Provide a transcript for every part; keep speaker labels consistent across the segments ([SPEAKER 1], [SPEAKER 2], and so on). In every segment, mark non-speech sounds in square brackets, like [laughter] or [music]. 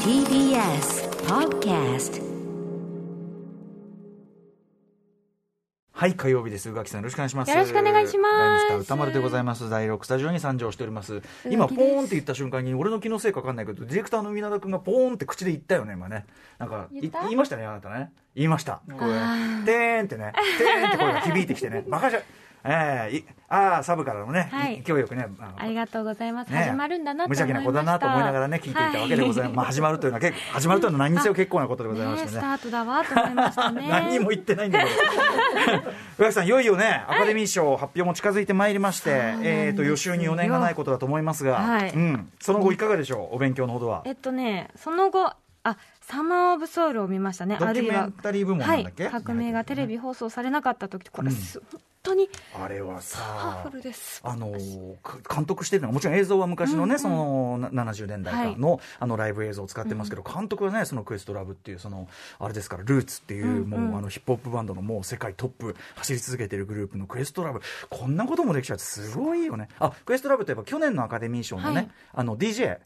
[SPEAKER 1] TBS Podcast
[SPEAKER 2] はい、火曜日です。宇垣さん、よろしくお願いします。
[SPEAKER 3] よろしくお願いします
[SPEAKER 2] ライムスター歌丸でございます。第6スタジオに参上しております。今、ポーンって言った瞬間に、俺の気のせいかわかんないけど、ディレクターの皆田君がポーンって口で言ったよね、今ね。なんか、い
[SPEAKER 3] 言った
[SPEAKER 2] 言いましたね、あなたね。言いました。これ。てーんってね、てーんって声が響いてきて
[SPEAKER 3] [laughs]
[SPEAKER 2] ね。バカじゃ、ええいああ、サブからのね、
[SPEAKER 3] はい
[SPEAKER 2] 勢いよくね、あの
[SPEAKER 3] ありがとうございます。
[SPEAKER 2] ね
[SPEAKER 3] 始まるんだなと思
[SPEAKER 2] 無
[SPEAKER 3] いま
[SPEAKER 2] 邪
[SPEAKER 3] した。
[SPEAKER 2] 気な子だなと思いながらね、聞いていたわけでござい
[SPEAKER 3] [laughs]
[SPEAKER 2] ます。まあ、始まるというのは結構、始まるというのは何にせよ結構なことでございま
[SPEAKER 3] ね
[SPEAKER 2] し
[SPEAKER 3] え
[SPEAKER 2] て
[SPEAKER 3] ス
[SPEAKER 2] ね
[SPEAKER 3] タ。
[SPEAKER 2] [laughs]
[SPEAKER 3] ートだわと思いましたね。
[SPEAKER 2] 何にも言ってないんだけど
[SPEAKER 3] [laughs]
[SPEAKER 2] 宇垣さんいよいよねアカデミー賞発表も近づいてまいりまして、えー、と予習に余念がないことだと思いますが、
[SPEAKER 3] はい
[SPEAKER 2] うん、その後いかがでしょうお勉強のほどは
[SPEAKER 3] えっとね、その後、あ、サマーオブソウルを見ましたね。
[SPEAKER 2] ドキュメ
[SPEAKER 3] ある
[SPEAKER 2] ン
[SPEAKER 3] いは
[SPEAKER 2] タリー部門なんだっけ、
[SPEAKER 3] はい、革命がテレビ放送されなかった時これす、本当に
[SPEAKER 2] あれはさ
[SPEAKER 3] パワフルです。
[SPEAKER 2] あのか監督してるのはもちろん映像は昔のね、そのな70年代からの,、あのライブ映像を使ってますけど、監督はねそのクエストラブっていうそのあれですからルーツっていう、もうあのヒップホップバンドのもう世界トップ走り続けてるグループのクエストラブこんなこともできちゃうってすごいよねあクエストラブといえば去年のアカデミー賞のね、
[SPEAKER 3] はい
[SPEAKER 2] あの DJ
[SPEAKER 3] うん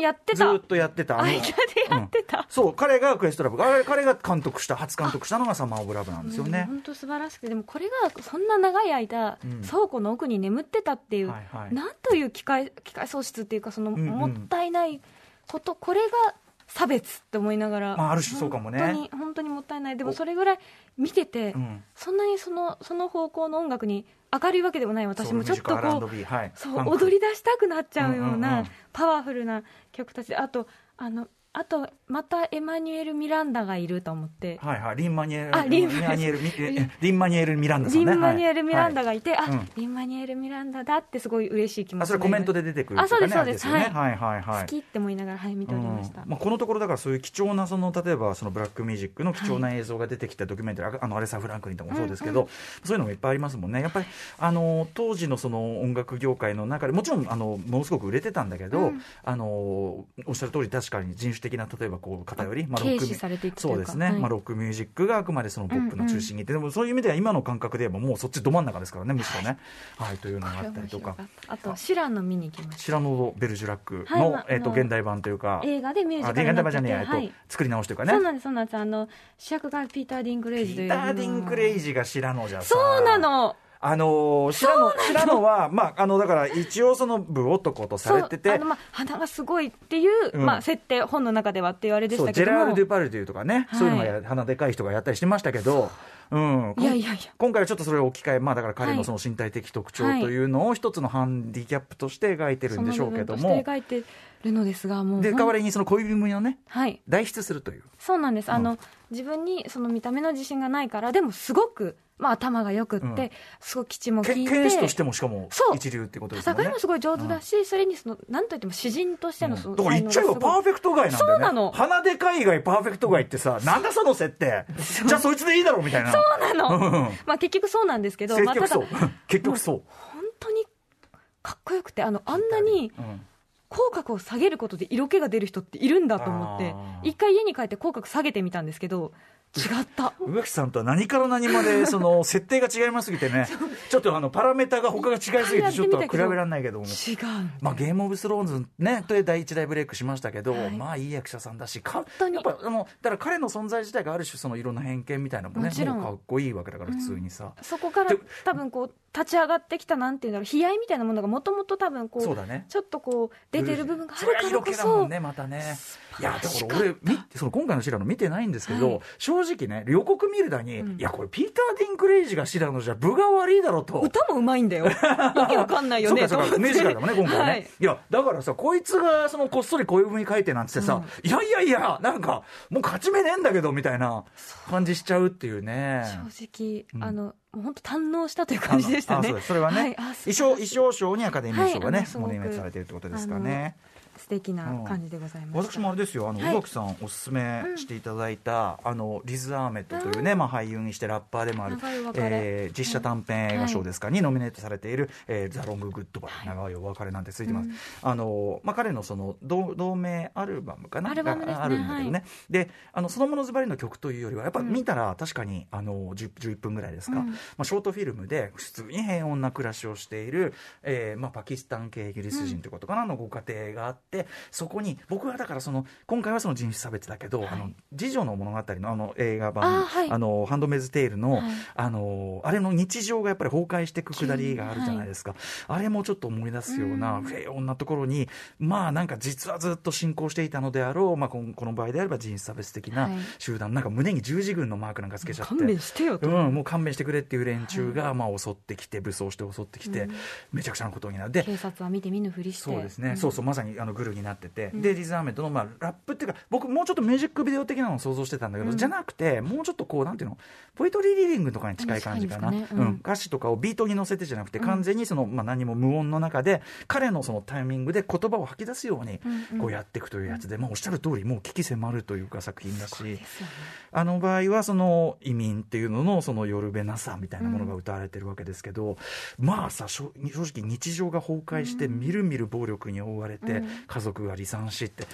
[SPEAKER 3] やって
[SPEAKER 2] ず
[SPEAKER 3] た。
[SPEAKER 2] ーっとやってたあの
[SPEAKER 3] やってやってた。
[SPEAKER 2] そう彼がクエストラブあれ彼が監督した初監督したのがサマーオブラブなんですよ
[SPEAKER 3] うん
[SPEAKER 2] ね、
[SPEAKER 3] 本当素晴らしくてでもこれがそんな長い間、
[SPEAKER 2] うん
[SPEAKER 3] 倉庫の奥に眠ってたっていう、
[SPEAKER 2] はいはい
[SPEAKER 3] なんという機械機械喪失っていうかその、
[SPEAKER 2] んうん
[SPEAKER 3] もったいないことこれが差別って思いながら、
[SPEAKER 2] まあある種そうかもね
[SPEAKER 3] 本当に本当にもったいないでもそれぐらい見てて、
[SPEAKER 2] うん
[SPEAKER 3] そんなにそのその方向の音楽に明るいわけでもない私もちょっと
[SPEAKER 2] ソウルミュージ
[SPEAKER 3] こ
[SPEAKER 2] カル
[SPEAKER 3] う
[SPEAKER 2] R&B はい
[SPEAKER 3] そ
[SPEAKER 2] ファン
[SPEAKER 3] う
[SPEAKER 2] ク
[SPEAKER 3] 踊り出したくなっちゃう
[SPEAKER 2] う
[SPEAKER 3] よう
[SPEAKER 2] んうんう
[SPEAKER 3] なんパワフルな曲たちであとあのあとまたエマニュエル・ミランダがいると思って。
[SPEAKER 2] はいはい、リンマニュエ
[SPEAKER 3] あ
[SPEAKER 2] ル、
[SPEAKER 3] リン
[SPEAKER 2] マニュエルミ、えリンマニュエルミランダさん
[SPEAKER 3] リ
[SPEAKER 2] ね。
[SPEAKER 3] ンマニュエル・
[SPEAKER 2] はい
[SPEAKER 3] ミランダがいて、
[SPEAKER 2] いうん
[SPEAKER 3] あ、リンマニュエル・ミランダだってすごい嬉しい気持ち
[SPEAKER 2] あ、それコメント
[SPEAKER 3] で、
[SPEAKER 2] で出てくる。
[SPEAKER 3] あそうです
[SPEAKER 2] とかねあれ
[SPEAKER 3] そう
[SPEAKER 2] よ
[SPEAKER 3] で
[SPEAKER 2] ね
[SPEAKER 3] す
[SPEAKER 2] はいはいはい
[SPEAKER 3] 好。きって思いながら、はい、見ておりました。
[SPEAKER 2] うんまあ、このところだからそういう貴重なその例えばそのブラックミュージックの貴重な映像が出てきたドキュメンタリー、ああのアレサ・フランクリンとかもそうですけど、そういうのもいっぱいありますもんねやっぱりあの当時のその音楽業界の中でもちろんあのものすごく売れてたんだけど、
[SPEAKER 3] うん
[SPEAKER 2] あのおっしゃる通り確かに人種的な例えばこう偏り、まあ、ロッ
[SPEAKER 3] 軽
[SPEAKER 2] ク
[SPEAKER 3] 視されていくとい
[SPEAKER 2] そうう
[SPEAKER 3] か
[SPEAKER 2] ですね、
[SPEAKER 3] はい
[SPEAKER 2] まあ、ロックミュージックがあくまでそのポップの中心にいて、でもそういう意味では今の感覚で言えばもうそっちど真ん中ですからねむしろね、はいというのがあったりとか。
[SPEAKER 3] あと、シランの見に行きまし
[SPEAKER 2] シラノド・ベルジュラック
[SPEAKER 3] はい
[SPEAKER 2] の、
[SPEAKER 3] まあ
[SPEAKER 2] えっと
[SPEAKER 3] あの
[SPEAKER 2] 現代版というか
[SPEAKER 3] た。映画でミュー
[SPEAKER 2] あ
[SPEAKER 3] ジ
[SPEAKER 2] で
[SPEAKER 3] カル
[SPEAKER 2] 現代版
[SPEAKER 3] になって
[SPEAKER 2] じゃねえ
[SPEAKER 3] て、
[SPEAKER 2] や、
[SPEAKER 3] は
[SPEAKER 2] えっ
[SPEAKER 3] い
[SPEAKER 2] と、作り直しというかね
[SPEAKER 3] そうなんです、そうなんです。あの、主役がピーター・ディンクレイジとい
[SPEAKER 2] ピー
[SPEAKER 3] う。
[SPEAKER 2] ター・ディン・クレイジーが白野じゃさ
[SPEAKER 3] そうなの
[SPEAKER 2] あのー白野白野は、まあ、あのだから一応その部男とされて
[SPEAKER 3] そう
[SPEAKER 2] て
[SPEAKER 3] あの、まあ、鼻がすごいっていう、
[SPEAKER 2] うん
[SPEAKER 3] まあ、設定、本の中ではって言われでし
[SPEAKER 2] そう
[SPEAKER 3] た
[SPEAKER 2] ジェ
[SPEAKER 3] け
[SPEAKER 2] ラ
[SPEAKER 3] ど
[SPEAKER 2] ール・
[SPEAKER 3] も。
[SPEAKER 2] デュパルデュとかね、
[SPEAKER 3] はい
[SPEAKER 2] そういうのがや鼻でかい人がやったりしてましたけど、うん、
[SPEAKER 3] いやいやいや
[SPEAKER 2] 今回はちょっとそれを置き換え、まあ、だから彼
[SPEAKER 3] は
[SPEAKER 2] の
[SPEAKER 3] い
[SPEAKER 2] その身体的特徴というのを一つのハンディキャップとして描いてる
[SPEAKER 3] そ
[SPEAKER 2] ん
[SPEAKER 3] の
[SPEAKER 2] でしょ
[SPEAKER 3] 部
[SPEAKER 2] うけ
[SPEAKER 3] 分
[SPEAKER 2] ど
[SPEAKER 3] として
[SPEAKER 2] も、
[SPEAKER 3] 描いてるのですが、もう。
[SPEAKER 2] で代わりにその恋文をね
[SPEAKER 3] はい。
[SPEAKER 2] 代筆するという。
[SPEAKER 3] そうなんです。あの、自分にその見た目の自信がないから、でもすごく、まあ頭が良くって、
[SPEAKER 2] うん
[SPEAKER 3] すごい基地も
[SPEAKER 2] け
[SPEAKER 3] 利い、
[SPEAKER 2] 剣士としててもしかも
[SPEAKER 3] そう
[SPEAKER 2] 一流ってことですもん
[SPEAKER 3] 戦い
[SPEAKER 2] ね
[SPEAKER 3] も。すごい上手だし、それにその、なんといっても詩人としてのその、
[SPEAKER 2] だから言っちゃえばパーフェクト外なんだよね
[SPEAKER 3] そうなの
[SPEAKER 2] 鼻でかい以外パーフェクト外ってさなんだその設定じゃあそいつでいいだろうみたいな
[SPEAKER 3] そうなのまあ結局そうなんですけど、
[SPEAKER 2] 結
[SPEAKER 3] まあ、
[SPEAKER 2] 局
[SPEAKER 3] ただ、
[SPEAKER 2] そう
[SPEAKER 3] 本
[SPEAKER 2] 結局そう
[SPEAKER 3] 当にかっこよくて、あの、あんなに
[SPEAKER 2] うん
[SPEAKER 3] 口角を下げることで色気が出る人っているんだと思って
[SPEAKER 2] あ、ー
[SPEAKER 3] 一回家に帰って口角下げてみたんですけど、違った。
[SPEAKER 2] 植木さんとは何から何までその設定が違いますぎて
[SPEAKER 3] [laughs]
[SPEAKER 2] ねちょっとあのパラメーターが他が違いすぎてちょっとは比べられないけども
[SPEAKER 3] 違う。
[SPEAKER 2] まあ、ゲームオブスローンズね、という第一大ブレイクしましたけど、
[SPEAKER 3] はい
[SPEAKER 2] まあいい役者さんだし、か
[SPEAKER 3] 当に
[SPEAKER 2] やっぱあのだから彼の存在自体がある種、そのいろんな偏見みたいなのもね、
[SPEAKER 3] もちろん
[SPEAKER 2] もうかっこいいわけだから、普通にさ、
[SPEAKER 3] そこから
[SPEAKER 2] で
[SPEAKER 3] 多分こう立ち上がってきたなんていうんだろう悲哀みたいなものがもともと多分こ
[SPEAKER 2] そう
[SPEAKER 3] う
[SPEAKER 2] だね、
[SPEAKER 3] ちょっとこう出てる部分があるから
[SPEAKER 2] それ
[SPEAKER 3] こ
[SPEAKER 2] は色気だも
[SPEAKER 3] そ
[SPEAKER 2] んねまたねい
[SPEAKER 3] 晴
[SPEAKER 2] や
[SPEAKER 3] ら
[SPEAKER 2] だ
[SPEAKER 3] しか
[SPEAKER 2] か
[SPEAKER 3] った
[SPEAKER 2] ら俺見てその今回のシラノ見てないんですけど、
[SPEAKER 3] はい
[SPEAKER 2] 正直ね予告見るだに、
[SPEAKER 3] う
[SPEAKER 2] い
[SPEAKER 3] ん
[SPEAKER 2] やこれピーター・ディン・クレイジがシラノじゃ分が悪いだろうと
[SPEAKER 3] 歌もうまいん
[SPEAKER 2] [laughs]
[SPEAKER 3] だよ意味わかんないよ
[SPEAKER 2] そう
[SPEAKER 3] ね
[SPEAKER 2] かそう
[SPEAKER 3] と思
[SPEAKER 2] か
[SPEAKER 3] って
[SPEAKER 2] ミュージカルだもんね今回ね、
[SPEAKER 3] はいい、
[SPEAKER 2] やだからさこいつがそのこっそりこういう風に書いてなんつってさ、いやいやいやなんかもう勝ち目ねえんだけどみたいな感じしちゃうっていうね
[SPEAKER 3] 正直、
[SPEAKER 2] うん
[SPEAKER 3] あのもう本当堪能したという感じでした
[SPEAKER 2] あのあ
[SPEAKER 3] ね
[SPEAKER 2] そうですそれはね、
[SPEAKER 3] はいあ
[SPEAKER 2] 衣装衣装賞にアカデミー賞がね、
[SPEAKER 3] はいあのすご
[SPEAKER 2] ノ
[SPEAKER 3] く
[SPEAKER 2] ミネートされてるってことですかね
[SPEAKER 3] 素敵な感じでございました、
[SPEAKER 2] 私もあれですよあの、
[SPEAKER 3] はい
[SPEAKER 2] 宇垣さんおすすめしていただいた、あのリズ・アーメットというね、まあ、俳優にしてラッパーでもある
[SPEAKER 3] 長いお、別れ
[SPEAKER 2] えー実写短編映画賞ですか、にノミネートされている「えーザ・ロング・グッドバイ」長いお別れ」なんてついてます、あのまあ、彼のその同同名アルバムかな
[SPEAKER 3] アルバムですね
[SPEAKER 2] があるんだけどね、であのそのものズバリの曲というよりはやっぱ見たら確かにあの 10, 11分ぐらいですか、まあ、ショートフィルムで普通に平穏な暮らしをしている、えーまあ、パキスタン系イギリス人ということかな、のご家庭があって。ってそこに僕はだからその今回はその人種差別だけど、あの次女の物語のあの映画版
[SPEAKER 3] あはい
[SPEAKER 2] あのハンドメズ・テールの、
[SPEAKER 3] はい
[SPEAKER 2] あのあれの日常がやっぱり崩壊していくくだりがあるじゃないですか、あれもちょっと思い出すような
[SPEAKER 3] うん
[SPEAKER 2] 平穏なところにまあなんか実はずっと進行していたのであろう、まあ、このこの場合であれば人種差別的な
[SPEAKER 3] はい
[SPEAKER 2] 集団、なんか胸に十字軍のマークなんかつけちゃって
[SPEAKER 3] 勘弁してよと、
[SPEAKER 2] うん、もう勘弁してくれっていう連中が、まあ、襲ってきて武装して襲ってきて、めちゃくちゃなことになるで
[SPEAKER 3] 警察は見て見ぬふりして
[SPEAKER 2] そうですね、
[SPEAKER 3] ん
[SPEAKER 2] そうそうまさにあのグルになってて、でリズ・アーメントの、まあ、ラップっていうか僕もうちょっとミュージックビデオ的なのを想像してたんだけど、
[SPEAKER 3] うん
[SPEAKER 2] じゃなくてもうちょっとこうなんていうのポエトリーリーディングとかに近い感じかな
[SPEAKER 3] 近いですか
[SPEAKER 2] う
[SPEAKER 3] ねうん
[SPEAKER 2] ん、歌詞とかをビートに乗せてじゃなくて完全にその、まあ、何も無音の中で彼のそのタイミングで言葉を吐き出すように
[SPEAKER 3] うんうん
[SPEAKER 2] こうやっていくというやつで、まあ、おっしゃる通りもう危機迫るというか作品だ
[SPEAKER 3] そうで
[SPEAKER 2] し。
[SPEAKER 3] すよね
[SPEAKER 2] あの場合はその移民っていうののその夜べなさみたいなものが歌われてるわけですけど、まあさしょ正直日常が崩壊してみるみる暴力に覆われて、
[SPEAKER 3] うん
[SPEAKER 2] 家族が離散しって、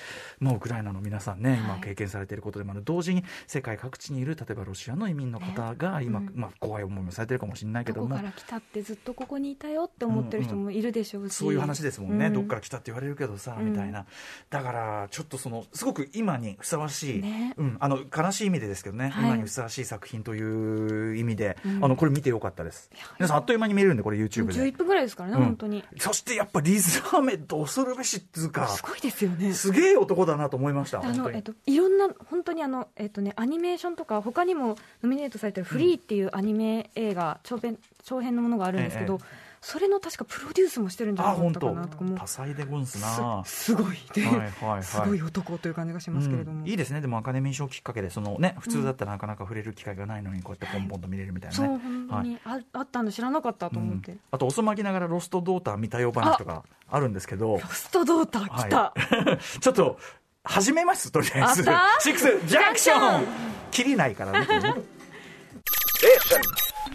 [SPEAKER 2] まあ、ウクライナの皆さんね今
[SPEAKER 3] はい
[SPEAKER 2] 経験されていることでもある、同時に世界各地にいる例えばロシアの移民の方が今、
[SPEAKER 3] うん
[SPEAKER 2] まあ、怖い思いもされてるかもしれないけ
[SPEAKER 3] ど
[SPEAKER 2] ど
[SPEAKER 3] こ
[SPEAKER 2] も。
[SPEAKER 3] から来たってずっとここにいたよって思ってる人もいるでしょうし、
[SPEAKER 2] そういう話ですもんね、
[SPEAKER 3] う
[SPEAKER 2] どっから来たって言われるけどさ、
[SPEAKER 3] うん
[SPEAKER 2] みたいなだからちょっとそのすごく今にふさわしい、
[SPEAKER 3] ね
[SPEAKER 2] うん、あの悲しい意味でですけどね、
[SPEAKER 3] はい
[SPEAKER 2] 今にふさわしい作品という意味で、
[SPEAKER 3] うん
[SPEAKER 2] あのこれ見てよかったです
[SPEAKER 3] いや
[SPEAKER 2] 皆さんあっという間に見れるんでこれ YouTube で
[SPEAKER 3] 11分ぐらいですからね、
[SPEAKER 2] うん
[SPEAKER 3] 本当に
[SPEAKER 2] そしてやっぱリズ・アーメント恐るべしっつうか
[SPEAKER 3] すごいですよね
[SPEAKER 2] すげえ男だなと思いました
[SPEAKER 3] あ
[SPEAKER 2] 本当
[SPEAKER 3] の
[SPEAKER 2] に
[SPEAKER 3] えっと、いろんな本当にあの、えっとね、アニメーションとか他にもノミネートされてる「フリー」っていうアニメ映画長編長編のものがあるんですけど、
[SPEAKER 2] え
[SPEAKER 3] それの確かプロデュースもしてるんじゃ
[SPEAKER 2] あ
[SPEAKER 3] なかっ
[SPEAKER 2] 本
[SPEAKER 3] たか
[SPEAKER 2] 当
[SPEAKER 3] なとかも
[SPEAKER 2] 多彩でゴンスな
[SPEAKER 3] すすごいで、
[SPEAKER 2] [laughs] はいはいはい
[SPEAKER 3] すごい男という感じがしますけれども、
[SPEAKER 2] うんいいですねでもアカデミー賞きっかけでそのね普通だったらなかなか触れる機会がないのにこうやってポンポンと見れるみたいな
[SPEAKER 3] そう
[SPEAKER 2] ね、
[SPEAKER 3] 本当に、ああったの知らなかったと思って、
[SPEAKER 2] うんあと遅まきながらロストドーター見たよ話とかあるんですけど
[SPEAKER 3] ロストドーター来た、
[SPEAKER 2] はい、 [laughs] ちょっと始めますとりあえず
[SPEAKER 3] あった
[SPEAKER 2] シックスジャンクシ
[SPEAKER 3] ジャ
[SPEAKER 2] ョ
[SPEAKER 3] ン
[SPEAKER 2] ン
[SPEAKER 3] クシ
[SPEAKER 2] 切りないからね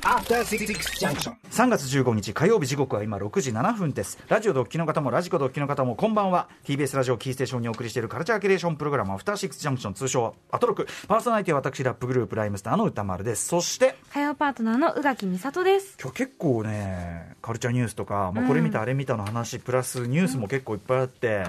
[SPEAKER 4] After Six Junction.
[SPEAKER 2] 3月15日火曜日時刻は今6時7分ですラジオでお聞きの方もラジコでお聞きの方もこんばんは TBS ラジオキーステーションにお送りしているカルチャーキュレーションプログラム「アフターシックスジャンクション」通称アトロクパーソナリティは私ラップグループライムスターの歌丸ですそして
[SPEAKER 3] 火曜パートナーの宇垣美里です
[SPEAKER 2] 今日結構ねカルチャーニュースとか、まあ、これ見たあれ見たの話、プラスニュースも結構いっぱいあって、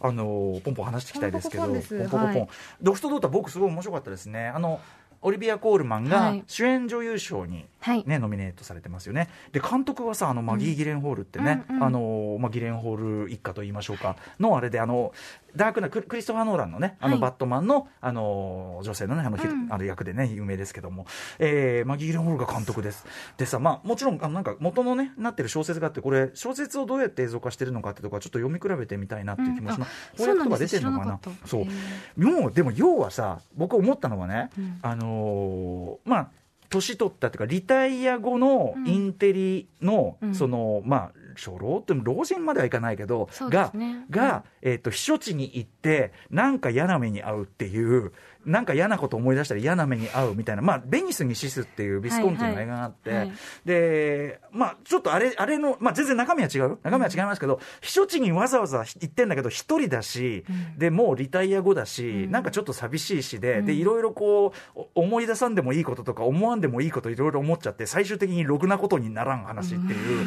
[SPEAKER 2] あのポンポン話していきたいですけど
[SPEAKER 3] ポンポコポンです
[SPEAKER 2] ポンポコポン
[SPEAKER 3] はい
[SPEAKER 2] ドストドータ僕すごい面白かったですねあのオリビア・コールマン
[SPEAKER 3] は
[SPEAKER 2] が
[SPEAKER 3] い
[SPEAKER 2] 主演女優賞に、ね
[SPEAKER 3] はい
[SPEAKER 2] ノミネートされてますよねで監督はさあのマギー・ギレンホールってね、
[SPEAKER 3] うんうん
[SPEAKER 2] あのまあ、ギレンホール一家と言いましょうかのあれであのダークなククリストファー・ノーランのねあの
[SPEAKER 3] はい
[SPEAKER 2] バットマンの,、あの女性のねあの,、ひ
[SPEAKER 3] うん
[SPEAKER 2] あの役でね有名ですけども、えーマギー・ギレンホールが監督ですでさ、まあ、もちろんあのなんか元のねなってる小説があってこれ小説をどうやって映像化してるのかってとこはちょっと読み比べてみたいなっていう気もします、
[SPEAKER 3] うんあ
[SPEAKER 2] 翻訳とか出てる
[SPEAKER 3] そう
[SPEAKER 2] の
[SPEAKER 3] な
[SPEAKER 2] か
[SPEAKER 3] ん
[SPEAKER 2] な
[SPEAKER 3] です知らなかった
[SPEAKER 2] そう
[SPEAKER 3] へ
[SPEAKER 2] もうでも要はさ僕思ったのはね、
[SPEAKER 3] うん
[SPEAKER 2] あのーまあ年取ったというかリタイア後のインテリの、
[SPEAKER 3] うん
[SPEAKER 2] そのまあ初老って老人まではいかないけど、
[SPEAKER 3] そうで
[SPEAKER 2] が
[SPEAKER 3] すね
[SPEAKER 2] が、えっと避暑地に行ってなんか嫌な目に遭うっていうなんか嫌なこと思い出したら嫌な目に遭うみたいな、まあ、ベニスにシスっていうビスコンティの映画があって、
[SPEAKER 3] はいはいはい
[SPEAKER 2] でまあちょっとあれあれの、まあ、全然中身は違うよ中身は違いますけど、避暑地にわざわざ行ってんだけど一人だし、でもうリタイア後だし、
[SPEAKER 3] ん
[SPEAKER 2] なんかちょっと寂しいしで、でいろいろこうお思い出さんでもいいこととか思わんでもいいこといろいろ思っちゃって最終的にろくなことにならん話っていう、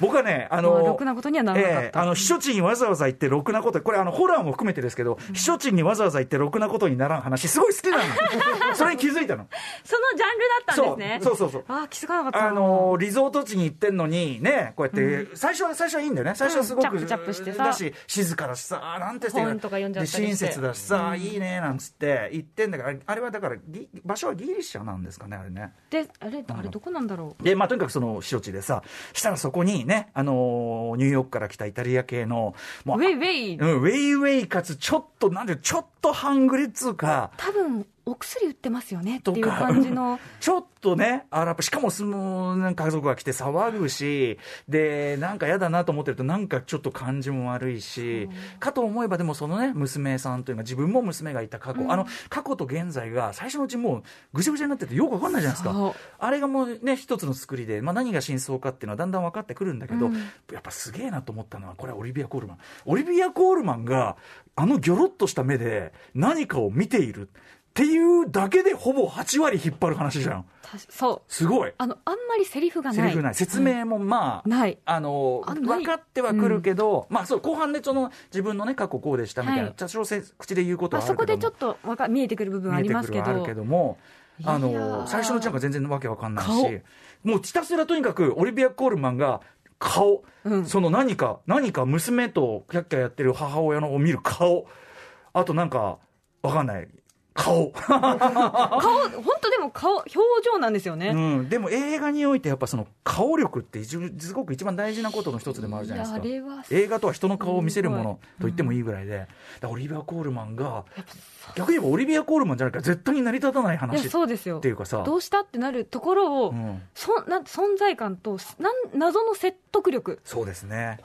[SPEAKER 2] 僕はねあ
[SPEAKER 3] ま
[SPEAKER 2] の
[SPEAKER 3] あろくなことにはならなかった
[SPEAKER 2] ええあの避暑地にわざわざ行ってろくなことこれあのホラーも含めてですけど、避暑地にわざわざ行ってろくなことにならん話すごい好き
[SPEAKER 3] [laughs]
[SPEAKER 2] なのそれに気づいたの
[SPEAKER 3] そのジャンルだったんですね
[SPEAKER 2] そうそうそうそう
[SPEAKER 3] あー気づかなかったな
[SPEAKER 2] あのーリゾート地に行ってんのにねこうやって、最初は最初はいいんだよね最初はすごく、
[SPEAKER 3] うんチャップチャップしてさ
[SPEAKER 2] だし静かだしさあなんて素敵だ
[SPEAKER 3] 本とか読んじゃったり
[SPEAKER 2] で
[SPEAKER 3] して
[SPEAKER 2] 親切だしさ、いいねなんつって行ってんだからあれあれはだからギ場所はギリシャなんですかねあれね
[SPEAKER 3] であれあれどこなんだろう
[SPEAKER 2] で、まあ、とにかくその避暑地でさ、したらそこにね、あのーニューヨークから来たイタリア系の、も
[SPEAKER 3] ウェイウェイ
[SPEAKER 2] うん、ウェイウェイかつ、ちょっと、なんていうちょっとハングレっつうか、
[SPEAKER 3] 多分お薬売ってますよねって
[SPEAKER 2] と
[SPEAKER 3] いう
[SPEAKER 2] か
[SPEAKER 3] 感じの
[SPEAKER 2] ちょっとね、あらしかもその、なんか家族が来て騒ぐし、で、なんか嫌だなと思ってると、なんかちょっと感じも悪いし、かと思えば、でもそのね、娘さんというか、自分も娘がいた過去、あの、過去と現在が、最初のうちもう、ぐちゃぐちゃになってて、よくわか [laughs] んないじゃないです
[SPEAKER 3] そ
[SPEAKER 2] か
[SPEAKER 3] う。
[SPEAKER 2] あれがもうね、一つの作りで、まあ、何が真相かっていうのはだんだん分かってくるんだけど、
[SPEAKER 3] うん
[SPEAKER 2] やっぱすげえなと思ったのは、これはオリビア・コールマン。オリビア・コールマンが、あのギョロッとした目で何かを見ている。っていうだけでほぼ8割引っ張る話じゃん。
[SPEAKER 3] たしそう
[SPEAKER 2] すごい。
[SPEAKER 3] あのあんまりセリフが
[SPEAKER 2] セ
[SPEAKER 3] な
[SPEAKER 2] リ
[SPEAKER 3] い
[SPEAKER 2] フない。説明もまあ、
[SPEAKER 3] ない
[SPEAKER 2] あの
[SPEAKER 3] あない
[SPEAKER 2] 分かってはくるけど、まあそう後半でその自分のね過去こうでしたみたいな、
[SPEAKER 3] はい
[SPEAKER 2] 多少せ口で言うこと
[SPEAKER 3] まあ、
[SPEAKER 2] はある
[SPEAKER 3] そ
[SPEAKER 2] けど
[SPEAKER 3] こ
[SPEAKER 2] も、
[SPEAKER 3] でちょっとわか見えてくる部分あ
[SPEAKER 2] 見え
[SPEAKER 3] り
[SPEAKER 2] て
[SPEAKER 3] ま
[SPEAKER 2] く
[SPEAKER 3] す
[SPEAKER 2] る
[SPEAKER 3] け
[SPEAKER 2] はある
[SPEAKER 3] ど
[SPEAKER 2] けども。あ
[SPEAKER 3] いやー
[SPEAKER 2] の最初のうちなんか全然わけわかんないし
[SPEAKER 3] 顔
[SPEAKER 2] もうひたすらとにかくオリビア・コールマンが顔、
[SPEAKER 3] うん
[SPEAKER 2] その何か何か娘とキャッキャやってる母親のを見る顔あとなんかわかんない顔、
[SPEAKER 3] 顔本当でも顔表情なんですよね、
[SPEAKER 2] うん、でも映画においてやっぱその顔力って一すごく一番大事なことの一つでもあるじゃないですか。
[SPEAKER 3] いやあれは
[SPEAKER 2] 映画とは人の顔を見せるも
[SPEAKER 3] すご
[SPEAKER 2] のと言ってもいいぐらいで、だからオリビア・コールマンが、逆に言えばオリビア・コールマンじゃなきゃ絶対に成り立たない
[SPEAKER 3] いや
[SPEAKER 2] 話っ
[SPEAKER 3] そうですよ
[SPEAKER 2] ていうかさ、
[SPEAKER 3] どうしたってなるところを、
[SPEAKER 2] うん
[SPEAKER 3] そんな存在感となん謎の説得力
[SPEAKER 2] そうですね。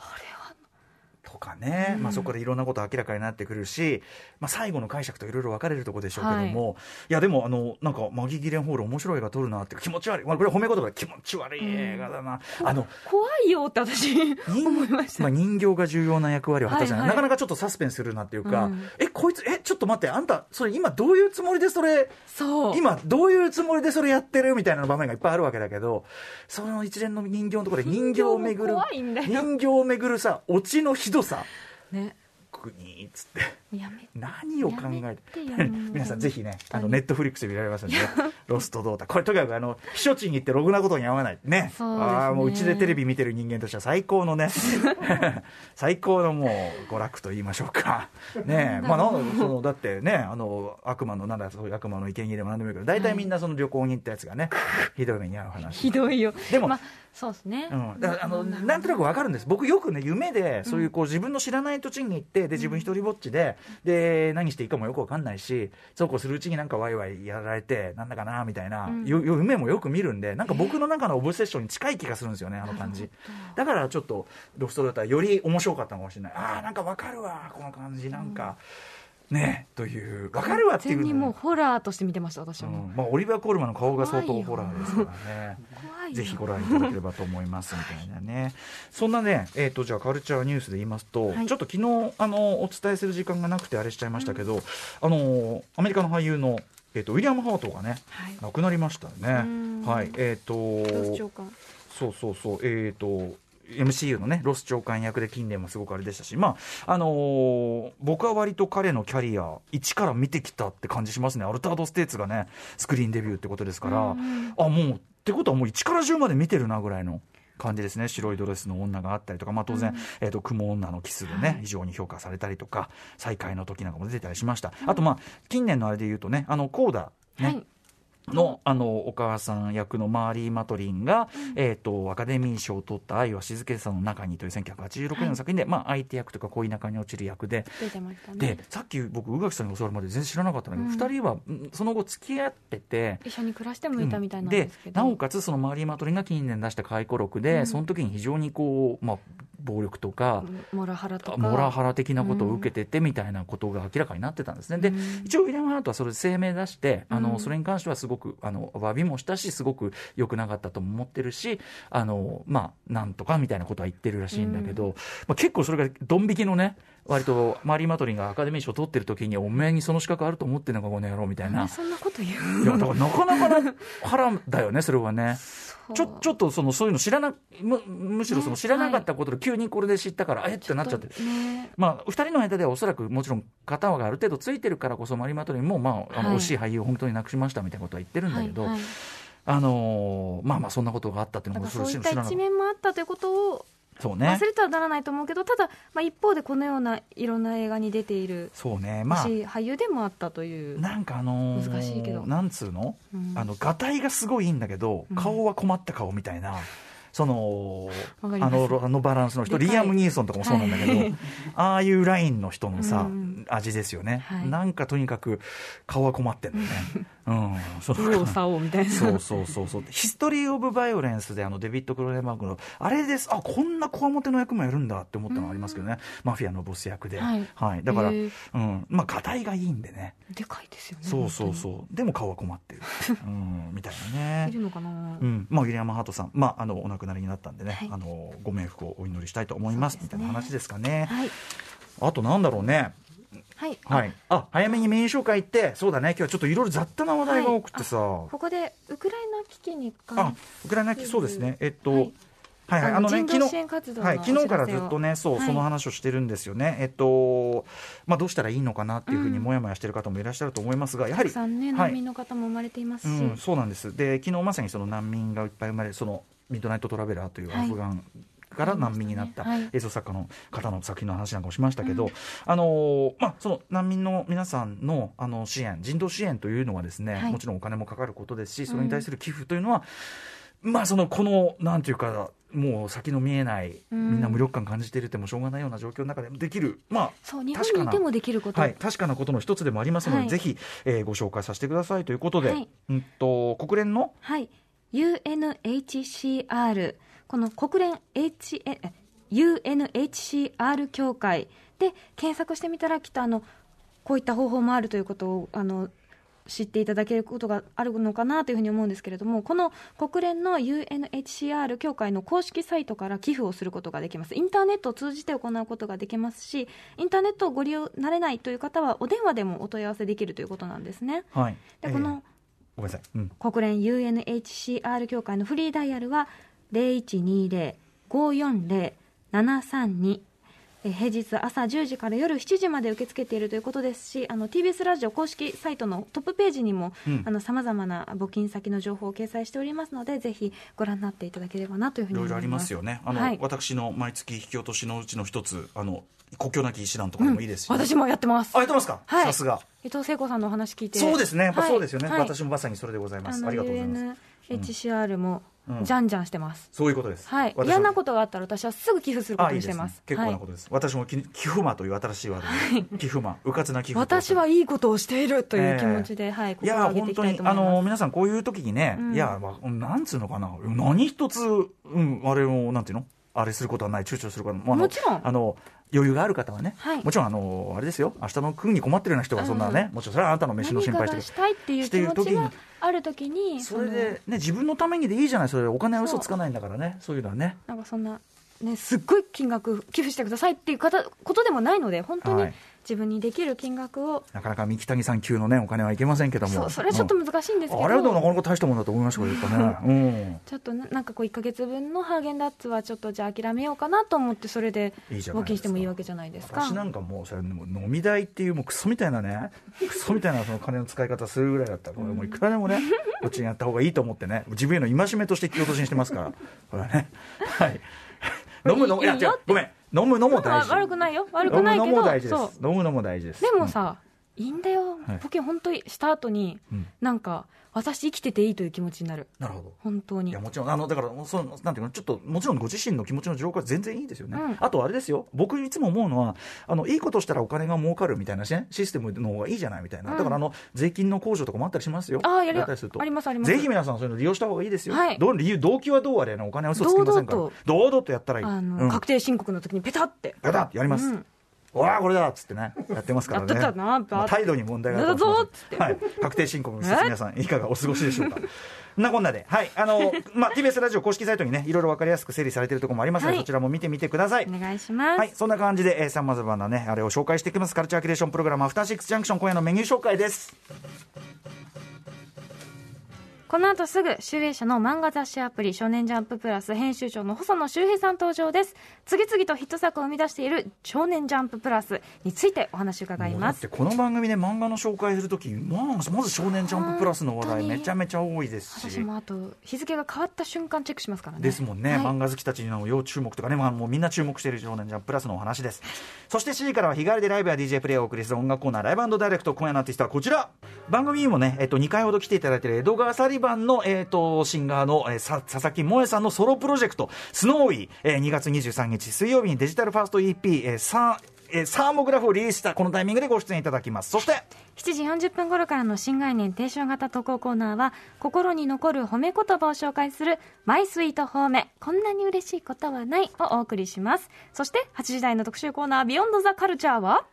[SPEAKER 2] とかね、まあ、そこでいろんなこと明らかになってくるし、まあ、最後の解釈といろいろ分かれるところでしょうけども、い、やでもあのなんかマギー・ギレンホール面白い映画撮るなって気持ち悪い、まあ、これは褒め言葉で気持ち悪い映画だな、あの
[SPEAKER 3] 怖いよって私
[SPEAKER 2] 人
[SPEAKER 3] 思いました、
[SPEAKER 2] まあ、人形が重要な役割を果たした、
[SPEAKER 3] はいはい
[SPEAKER 2] なかなかちょっとサスペンスするなっていうか、
[SPEAKER 3] うん
[SPEAKER 2] えこいつえちょっと待ってあんたそれ今どういうつもりでそれ
[SPEAKER 3] そう
[SPEAKER 2] 今どういうつもりでそれやってるみたいな場面がいっぱいあるわけだけどその一連の人形のところで人形をめぐる
[SPEAKER 3] 人形も怖いんだよ
[SPEAKER 2] 人形をめぐるさオチのひどさ
[SPEAKER 3] ね
[SPEAKER 2] 国っつって
[SPEAKER 3] やめ
[SPEAKER 2] 何を考
[SPEAKER 3] や
[SPEAKER 2] え
[SPEAKER 3] め
[SPEAKER 2] て
[SPEAKER 3] てよ
[SPEAKER 2] 皆さんぜひねあの
[SPEAKER 3] 本当に
[SPEAKER 2] ネットフリックスで見られます
[SPEAKER 3] [laughs]
[SPEAKER 2] んでね「ロストどうだ」これとにかくあの避暑地に行ってろくなことに合わないね
[SPEAKER 3] そうですね
[SPEAKER 2] ああもううちでテレビ見てる人間としては最高の
[SPEAKER 3] [laughs]
[SPEAKER 2] ね最高のもう娯楽と言いましょうかねえまあなんそのだってねあの悪魔のなんだそういう悪魔の意見切れも何でもいいけど大体みんなその旅行に行ったやつが
[SPEAKER 3] [laughs]
[SPEAKER 2] ねひどい目に遭う話
[SPEAKER 3] ひどいよ
[SPEAKER 2] でも
[SPEAKER 3] まあ、そうですね、
[SPEAKER 2] うん、だからあのなんとなくわかるんです、僕、よくね、夢で、そういうこう自分の知らない土地に行って、で自分一人ぼっちで、で何していいかもよくわかんないし、そうこうするうちになんかワイワイやられて、なんだかなみたいな、よよ夢もよく見るんで、なんか僕の中のオブセッションに近い気がするんですよね、あの感じ。だからちょっと、ロストだったら、より面白かったのかもしれない、ああ、なんかわかるわ、この感じ、なんか、ねえという、わかるわってい
[SPEAKER 3] 全
[SPEAKER 2] う
[SPEAKER 3] にもう
[SPEAKER 2] の。
[SPEAKER 3] ホラーとして見てました私
[SPEAKER 2] う
[SPEAKER 3] はもう、
[SPEAKER 2] んまあ、オリバー・コールマンの顔が相当
[SPEAKER 3] 怖いよ
[SPEAKER 2] ホラーですからね。
[SPEAKER 3] 怖いよ
[SPEAKER 2] ぜひご覧いただければと思いますみたいなね、そんなね、えー、とじゃあカルチャーニュースで言いますと、
[SPEAKER 3] はい
[SPEAKER 2] ちょっと昨日あのお伝えする時間がなくてあれしちゃいましたけど、あのアメリカの俳優の、えー、とウィリアム・ハートがね
[SPEAKER 3] はい
[SPEAKER 2] 亡くなりました
[SPEAKER 3] ん
[SPEAKER 2] ね。はいえー、
[SPEAKER 3] どう
[SPEAKER 2] と
[SPEAKER 3] しようか
[SPEAKER 2] そうそうそう、えっ、と、MCU のね、ロス長官役で近年もすごくあれでしたし、まあ、あのー僕は割と彼のキャリア、一から見てきたって感じしますね。アルタード・ステーツがね、スクリーンデビューってことですから、あ、もう、ってことはもう一から十まで見てるなぐらいの。感じですね白いドレスの女があったりとか、まあ、当然、えー、と雲女のキスでね、非常に評価されたりとか再会の時なんかも出てたりしました、あとまあ近年のあれで言うとねあのコーダね、
[SPEAKER 3] はい
[SPEAKER 2] のあのお母さん役のマーリー・マトリンが、えー、とアカデミー賞を取った「愛は静けさの中に」という1986年の作品で、まあ、相手役とか恋仲に落ちる役で。
[SPEAKER 3] 出てましたね
[SPEAKER 2] でさっき僕宇垣さんに教わるまで全然知らなかったんだけど、
[SPEAKER 3] うん
[SPEAKER 2] 2人はうんその後付き合ってて、
[SPEAKER 3] 一緒に暮らしてもいたみたいなん
[SPEAKER 2] で
[SPEAKER 3] ですけど、
[SPEAKER 2] なおかつそのマーリー・マトリンが近年出した回顧録で、
[SPEAKER 3] うん
[SPEAKER 2] その時に非常にこう、まあ、暴力とか、
[SPEAKER 3] モラハラとか
[SPEAKER 2] モラハラ的なことを受けててみたいなことが明らかになってたんですね、で一応、ウィリアム・ハートはそれで声明出して、あ
[SPEAKER 3] う
[SPEAKER 2] の
[SPEAKER 3] ん
[SPEAKER 2] それに関してはすごくあの詫びもしたし、すごく良くなかったとも思ってるし、あのまあ、なんとかみたいなことは言ってるらしいんだけど、まあ、結構それがドン引きのね、割とマリー・マトリンがアカデミー賞を取ってる時に、おめえにその資格あると思ってんのか、この野郎みたい
[SPEAKER 3] なん
[SPEAKER 2] な
[SPEAKER 3] で。そんなこと言
[SPEAKER 2] いや
[SPEAKER 3] う
[SPEAKER 2] だからなかなかな腹だよね、それはね。ちょちょ
[SPEAKER 3] ょ
[SPEAKER 2] っとそのそういうの知らなむむしろその知らなかったことで急にこれで知ったから、えってなっちゃって、
[SPEAKER 3] ね
[SPEAKER 2] まあ、2人の間ではおそらくもちろん片方がある程度ついてるからこそマリー・マトリンも、まあ、あ
[SPEAKER 3] は
[SPEAKER 2] の
[SPEAKER 3] い
[SPEAKER 2] 惜しい俳優を本当になくしましたみたいなことは言ってるんだけど、
[SPEAKER 3] はいはい
[SPEAKER 2] あのーまあまあそんなことがあったっていう
[SPEAKER 3] な
[SPEAKER 2] のも
[SPEAKER 3] んか
[SPEAKER 2] そ
[SPEAKER 3] そ
[SPEAKER 2] れ
[SPEAKER 3] うい
[SPEAKER 2] 知
[SPEAKER 3] っ
[SPEAKER 2] ら
[SPEAKER 3] た
[SPEAKER 2] なかっ
[SPEAKER 3] 一面もあったということを
[SPEAKER 2] たそうね
[SPEAKER 3] 忘れてはならないと思うけど、ただ、まあ、一方でこのようないろんな映画に出ている
[SPEAKER 2] そうねまあ
[SPEAKER 3] し、俳優でもあったという、
[SPEAKER 2] なんかあのー
[SPEAKER 3] 難しいけど
[SPEAKER 2] なんつうの、
[SPEAKER 3] うん
[SPEAKER 2] あのがたいがすごいいいんだけど
[SPEAKER 3] うん
[SPEAKER 2] 顔は困った顔みたいな。その
[SPEAKER 3] わかり
[SPEAKER 2] あ
[SPEAKER 3] ます
[SPEAKER 2] のあのバランスの人
[SPEAKER 3] でかい
[SPEAKER 2] リアム・ニーソンとかもそうなんだけど、
[SPEAKER 3] はい
[SPEAKER 2] ああいうラインの人のさ、
[SPEAKER 3] うん
[SPEAKER 2] 味ですよね、
[SPEAKER 3] はい
[SPEAKER 2] なんかとにかく顔は困ってんだよ
[SPEAKER 3] [laughs]
[SPEAKER 2] ね、うん、そ
[SPEAKER 3] 右
[SPEAKER 2] の
[SPEAKER 3] 往左往みたいな、
[SPEAKER 2] そうそうそうそう。ヒストリー・オブ・バイオレンスであのデビッド・クロネンバーグの、あれです、あ、こんなこわもての役もやるんだって思ったのありますけどね。マフィアのボス役で。
[SPEAKER 3] はい
[SPEAKER 2] だから、
[SPEAKER 3] へー
[SPEAKER 2] うん。まあ、がたいがいいんでね。
[SPEAKER 3] でかいですよね、
[SPEAKER 2] そうそう
[SPEAKER 3] 本
[SPEAKER 2] そう。でも顔は困って [laughs] る。うん。みたいな
[SPEAKER 3] 当
[SPEAKER 2] ね
[SPEAKER 3] にい。るのかな、
[SPEAKER 2] うんまあ、ウィリアム・ハートさん、まあ、あのお亡くなりになったんでね、
[SPEAKER 3] はい
[SPEAKER 2] あのご冥福をお祈りしたいと思います
[SPEAKER 3] そう
[SPEAKER 2] み
[SPEAKER 3] です
[SPEAKER 2] たい
[SPEAKER 3] ね
[SPEAKER 2] な話ですかね、
[SPEAKER 3] はい、
[SPEAKER 2] あとなんだろうね
[SPEAKER 3] はい
[SPEAKER 2] はい、あ早めにメイン紹介行ってそうだね今日はちょっといろいろ雑多な話題が多くてさ、
[SPEAKER 3] ここでウクライナ危機に関
[SPEAKER 2] あウクライナ危機そうですねえっと、
[SPEAKER 3] は
[SPEAKER 2] はいい
[SPEAKER 3] あ
[SPEAKER 2] はい、
[SPEAKER 3] の
[SPEAKER 2] あのね、
[SPEAKER 3] 人道
[SPEAKER 2] 昨
[SPEAKER 3] 支援活
[SPEAKER 2] 日、
[SPEAKER 3] 動の
[SPEAKER 2] はい、昨日からずっとね、そう、
[SPEAKER 3] はい
[SPEAKER 2] その話をしてるんですよね。えっと、まあ、どうしたらいいのかなっていうふうに、もやもやしてる方もいらっしゃると思いますが、やは
[SPEAKER 3] たく
[SPEAKER 2] り。
[SPEAKER 3] さんね、
[SPEAKER 2] はい
[SPEAKER 3] 難民の方も生まれています
[SPEAKER 2] う
[SPEAKER 3] し、
[SPEAKER 2] ん、そうなんですで昨日まさにその難民がいっぱい生まれそのミッドナイト・トラベラーという
[SPEAKER 3] はい
[SPEAKER 2] アフガンから難民になった
[SPEAKER 3] はいはい
[SPEAKER 2] 映像作家の方の作品の話なんかもしましたけど、あのーまあ、その難民の皆さんのあの支援人道支援というのはですね、
[SPEAKER 3] はい
[SPEAKER 2] もちろんお金もかかることですしそれに対する寄付というのは、まあそのこのなんていうかもう先の見えないみんな無力感感じているってもうしょうがないような状況の中でできるまあ
[SPEAKER 3] そう日
[SPEAKER 2] 確か
[SPEAKER 3] 本にい
[SPEAKER 2] な
[SPEAKER 3] てもできること、
[SPEAKER 2] はい、確かなことの一つでもありますので、
[SPEAKER 3] はい
[SPEAKER 2] ぜひ、えーご紹介させてくださいということで、
[SPEAKER 3] はい
[SPEAKER 2] うんと国連の
[SPEAKER 3] はい UNHCR この国連 H ええ UNHCR 協会で検索してみたらきっとあのこういった方法もあるということをあの知っていただけることがあるのかなというふうに思うんですけれどもこの国連の UNHCR 協会の公式サイトから寄付をすることができますインターネットを通じて行うことができますしインターネットをご利用なれないという方はお電話でもお問い合わせできるということなんですね。
[SPEAKER 2] はい、えー
[SPEAKER 3] でこの
[SPEAKER 2] ごめんなさい、うん、
[SPEAKER 3] 国連 UNHCR 協会のフリーダイヤルは0120-540-732えー平日朝10時から夜7時まで受け付けているということですしあの TBS ラジオ公式サイトのトップページにも
[SPEAKER 2] うん
[SPEAKER 3] さまざまな募金先の情報を掲載しておりますのでぜひご覧になっていただければなというふう
[SPEAKER 2] い
[SPEAKER 3] に
[SPEAKER 2] ろい
[SPEAKER 3] 思い
[SPEAKER 2] ろ
[SPEAKER 3] ま
[SPEAKER 2] あ
[SPEAKER 3] す。
[SPEAKER 2] りますよねあの、
[SPEAKER 3] はい
[SPEAKER 2] 私の毎月引き落としのうちの一つあの国境なき医師団とかでもいいですし、
[SPEAKER 3] 私もやってます
[SPEAKER 2] あやってますか、
[SPEAKER 3] はい
[SPEAKER 2] さすが
[SPEAKER 3] 伊藤聖子さんのお話聞いて
[SPEAKER 2] そうですねやっぱそうですよね、
[SPEAKER 3] はい
[SPEAKER 2] 私もまさにそれでございま
[SPEAKER 3] あ
[SPEAKER 2] す
[SPEAKER 3] の
[SPEAKER 2] ありがとうございます
[SPEAKER 3] UNHCR も
[SPEAKER 2] うん
[SPEAKER 3] じゃんじゃんしてます、
[SPEAKER 2] そういうことです、
[SPEAKER 3] はい、
[SPEAKER 2] 私は
[SPEAKER 3] 嫌なことがあったら私はすぐ寄付するこ
[SPEAKER 2] あ
[SPEAKER 3] と
[SPEAKER 2] い
[SPEAKER 3] に
[SPEAKER 2] い
[SPEAKER 3] し
[SPEAKER 2] で
[SPEAKER 3] て
[SPEAKER 2] す、ね
[SPEAKER 3] ます。、
[SPEAKER 2] 結構な
[SPEAKER 3] は
[SPEAKER 2] ことです、私もき寄付魔という新しいワードで寄付魔うかつな寄
[SPEAKER 3] い、
[SPEAKER 2] 付
[SPEAKER 3] 私はいいことをしているという気持ちで、はい、
[SPEAKER 2] い
[SPEAKER 3] 心を
[SPEAKER 2] や
[SPEAKER 3] 上げて
[SPEAKER 2] 本
[SPEAKER 3] いき
[SPEAKER 2] 当
[SPEAKER 3] たい
[SPEAKER 2] に
[SPEAKER 3] と思
[SPEAKER 2] あ
[SPEAKER 3] います。
[SPEAKER 2] の皆さんこういう時にね、
[SPEAKER 3] うん
[SPEAKER 2] いやまあなんつうのかな何一つ、うん、あれをなんていうのあれすることはない躊躇することはない、まああの
[SPEAKER 3] もちろん
[SPEAKER 2] あの余裕がある方はね、
[SPEAKER 3] はい
[SPEAKER 2] もちろんあのあれですよ明日の食うに困ってるような人はそんな
[SPEAKER 3] う
[SPEAKER 2] ね、もちろんそれはあなたの飯の
[SPEAKER 3] 何
[SPEAKER 2] 心
[SPEAKER 3] か
[SPEAKER 2] 配して
[SPEAKER 3] が
[SPEAKER 2] る
[SPEAKER 3] したいっていう
[SPEAKER 2] してい
[SPEAKER 3] 気
[SPEAKER 2] る
[SPEAKER 3] 持
[SPEAKER 2] 時
[SPEAKER 3] ちが
[SPEAKER 2] に
[SPEAKER 3] あるときに、
[SPEAKER 2] それで、ね、自分のためにでいいじゃないそれお金は嘘つかないんだからねそういうのはね
[SPEAKER 3] そのなんかそんな、ね、すっごい金額寄付してくださいっていう方ことでもないので、本当
[SPEAKER 2] は
[SPEAKER 3] に
[SPEAKER 2] い
[SPEAKER 3] 自分にできる金額を、
[SPEAKER 2] なかなか三木谷さん級のねお金はいけませんけども
[SPEAKER 3] そうそれはちょっと難しいんですけ
[SPEAKER 2] うん
[SPEAKER 3] ど、
[SPEAKER 2] あれはでもなかなか大したもんだと思いましたけどやっぱね、うん
[SPEAKER 3] ちょっとななんかこう1か月分のハーゲンダッツはちょっとじゃあ諦めようかなと思って、それで
[SPEAKER 2] いいじゃないですか
[SPEAKER 3] 募金してもいいわけじゃないですか。
[SPEAKER 2] 私なんかもうそれもう飲み代っていうもうクソみたいな
[SPEAKER 3] [laughs]
[SPEAKER 2] ねクソみたいなその金の使い方するぐらいだったらこれもういくらでも
[SPEAKER 3] [laughs]
[SPEAKER 2] ねこっちにやった方がいいと思ってね自分への戒めとして気落としにしてますからこれはね
[SPEAKER 3] [laughs]
[SPEAKER 2] はい飲むのもいや
[SPEAKER 3] いい
[SPEAKER 2] 違
[SPEAKER 3] よ
[SPEAKER 2] う
[SPEAKER 3] って
[SPEAKER 2] ごめん飲むのも大事
[SPEAKER 3] 悪くないよ悪くない
[SPEAKER 2] 飲
[SPEAKER 3] け
[SPEAKER 2] むのも
[SPEAKER 3] ど
[SPEAKER 2] 大事で
[SPEAKER 3] そう
[SPEAKER 2] す飲むのも大事です
[SPEAKER 3] でも、さ、いいんだよ
[SPEAKER 2] はい
[SPEAKER 3] ポケ本当にした後に、
[SPEAKER 2] うんうん
[SPEAKER 3] なんか私生きてていいという気持ちになる
[SPEAKER 2] なるほど
[SPEAKER 3] 本当
[SPEAKER 2] い
[SPEAKER 3] に
[SPEAKER 2] やもちろんあのだからそのなんていうのちょっともちろんご自身の気持ちの浄化は全然いいですよね、
[SPEAKER 3] うん
[SPEAKER 2] あとあれですよ僕いつも思うのはあのいいことしたらお金が儲かるみたいなしねシステムの方がいいじゃないみたいな、
[SPEAKER 3] うん
[SPEAKER 2] だからあの税金の控除とかもあったりしますよ
[SPEAKER 3] ああやり
[SPEAKER 2] ったりすると
[SPEAKER 3] ありますあります
[SPEAKER 2] ぜひ皆さんそういうの利用した方がいいですよ、
[SPEAKER 3] はい
[SPEAKER 2] どう理由動機はどうあれのお金は嘘つきませんから
[SPEAKER 3] 堂々
[SPEAKER 2] 堂
[SPEAKER 3] と
[SPEAKER 2] 々とやったらいい
[SPEAKER 3] あの、
[SPEAKER 2] うん
[SPEAKER 3] 確定申告の時にペタって
[SPEAKER 2] ペタッとやります
[SPEAKER 3] うん
[SPEAKER 2] おらこれだっつってねやってますからね
[SPEAKER 3] やってたなバーって
[SPEAKER 2] まあ態度に問題があるかもしれませんはい、確定申告の施設
[SPEAKER 3] え
[SPEAKER 2] 皆さんいかがお過ごしでしょうかそんなこんなで、はいあのまあ、TBS ラジオ公式サイトにねいろいろ分かりやすく整理されてるところもありますので、
[SPEAKER 3] はい
[SPEAKER 2] そちらも見てみてください
[SPEAKER 3] お願いします、
[SPEAKER 2] はい、そんな感じで、えー、さまざまなね、あれを紹介していきます。カルチャーキュレーションプログラム、アフターシックスジャンクション、今夜のメニュー紹介です。
[SPEAKER 3] この後すぐ集英社の漫画雑誌アプリ少年ジャンププラス編集長の細野周平さん登場です次々とヒット作を生み出している少年ジャンププラスについてお話を伺い
[SPEAKER 2] もうだ
[SPEAKER 3] ま
[SPEAKER 2] って
[SPEAKER 3] す
[SPEAKER 2] この番組で漫画の紹介するとき、まあ、まず少年ジャンププラスの話
[SPEAKER 3] 本当
[SPEAKER 2] 題、
[SPEAKER 3] に
[SPEAKER 2] めちゃめちゃ多いですし。
[SPEAKER 3] 私もあと日付が変わった瞬間チェックしますからね
[SPEAKER 2] ですもんね、
[SPEAKER 3] はい
[SPEAKER 2] 漫画好きたちの要注目とかね、まあ、もうみんな注目している少年ジャンププラスのお話ですそして7時からは日替わりでライブや DJ プレイをお送りする音楽コーナーライブダイレクト今夜のアーティストはこちら番組にもね、えっと、2回ほど来ていただいているエドガー・サリバンの、えっと、シンガーの、えーさ佐々木萌さんのソロプロジェクト「スノーウィー、えー2月23日水曜日にデジタルファースト EP、えーサーえーサーモグラフをリリースしたこのタイミングでご出演いただきますそして
[SPEAKER 3] 7時40分頃からの新概念提唱型投稿コーナーは心に残る褒め言葉を紹介する「マイスイート褒めこんなに嬉しいことはない」をお送りしますそして8時台の特集コーナー「ビヨンドザカルチャーは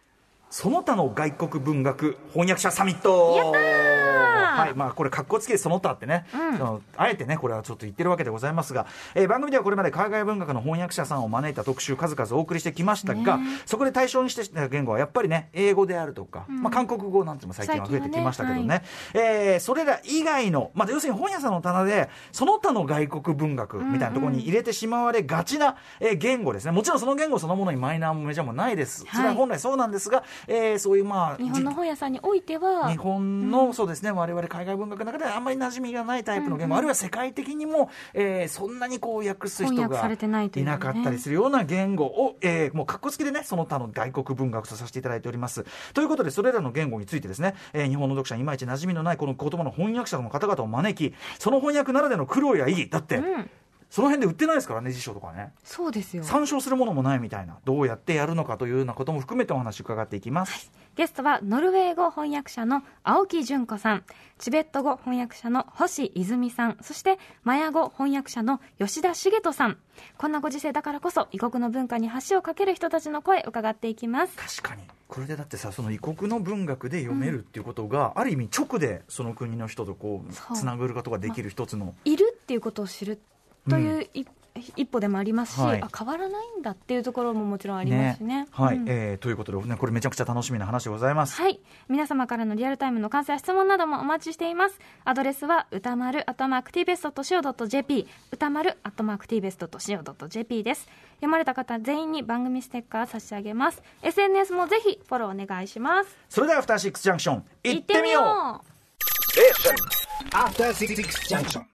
[SPEAKER 2] その他の外国文学翻訳者サミット
[SPEAKER 3] やったー
[SPEAKER 2] はいまあ、これ、格好つけてその他ってね、あのあえてね、これはちょっと言ってるわけでございますが、えー番組ではこれまで海外文学の翻訳者さんを招いた特集、数々お送りしてきましたが、そこで対象にしてきた言語はやっぱりね、英語であるとか、まあ、韓国語なんていうのも最近は増えてきましたけどね、えーそれら以外の、まあ、要するに本屋さんの棚で、その他の外国文学みたいなところに入れてしまわれがちな、えー言語ですね、もちろんその言語そのものにマイナーもメジャーもないです、
[SPEAKER 3] はい
[SPEAKER 2] それは本来そうなんですが、えーそういうまあ、
[SPEAKER 3] 日本の本屋さんにおいては
[SPEAKER 2] 日本の、そうですね我々海外文学の中ではあんまり馴染みがないタイプの言語、あるいは世界的にも、えーそんなにこう訳す人
[SPEAKER 3] 翻訳
[SPEAKER 2] が
[SPEAKER 3] されてないとい
[SPEAKER 2] いう
[SPEAKER 3] ね
[SPEAKER 2] なかったりするような言語を、えーもうかっこつきでねその他の外国文学とさせていただいておりますということでそれらの言語についてですね、えー日本の読者にいまいち馴染みのないこの言葉の翻訳者の方々を招きその翻訳ならではの苦労や意義だって、
[SPEAKER 3] うん、
[SPEAKER 2] その辺で売ってないですからね辞書とかね
[SPEAKER 3] そうですよ
[SPEAKER 2] 参照するものもないみたいなどうやってやるのかというようなことも含めてお話伺っていきます、
[SPEAKER 3] ゲストはノルウェー語翻訳者の青木純子さん、チベット語翻訳者の星泉さん、そしてマヤ語翻訳者の吉田茂人さん。こんなご時世だからこそ異国の文化に橋を架ける人たちの声伺っていきます。
[SPEAKER 2] 確かにこれでだってさその異国の文学で読めるっていうことが、ある意味直でその国の人とこ
[SPEAKER 3] そう
[SPEAKER 2] うつなぐることができる一つの
[SPEAKER 3] いるっていうことを知るという一,、一歩でもありますし、
[SPEAKER 2] はい
[SPEAKER 3] あ変わらないんだっていうところももちろんありますしね。
[SPEAKER 2] はい、
[SPEAKER 3] うん
[SPEAKER 2] えーということで、ね、これめちゃくちゃ楽しみな話でございます、
[SPEAKER 3] はい。皆様からのリアルタイムの感想や質問などもお待ちしています。アドレスは、歌丸、アットマーク tbest.co.jp、歌丸、アットマーク tbest.co.jp です。読まれた方全員に番組ステッカー差し上げます。SNS もぜひフォローお願いします。
[SPEAKER 2] それでは「アフターシックスジャンクション」行
[SPEAKER 3] 行
[SPEAKER 2] ってみよう
[SPEAKER 3] う
[SPEAKER 4] After Six Junction.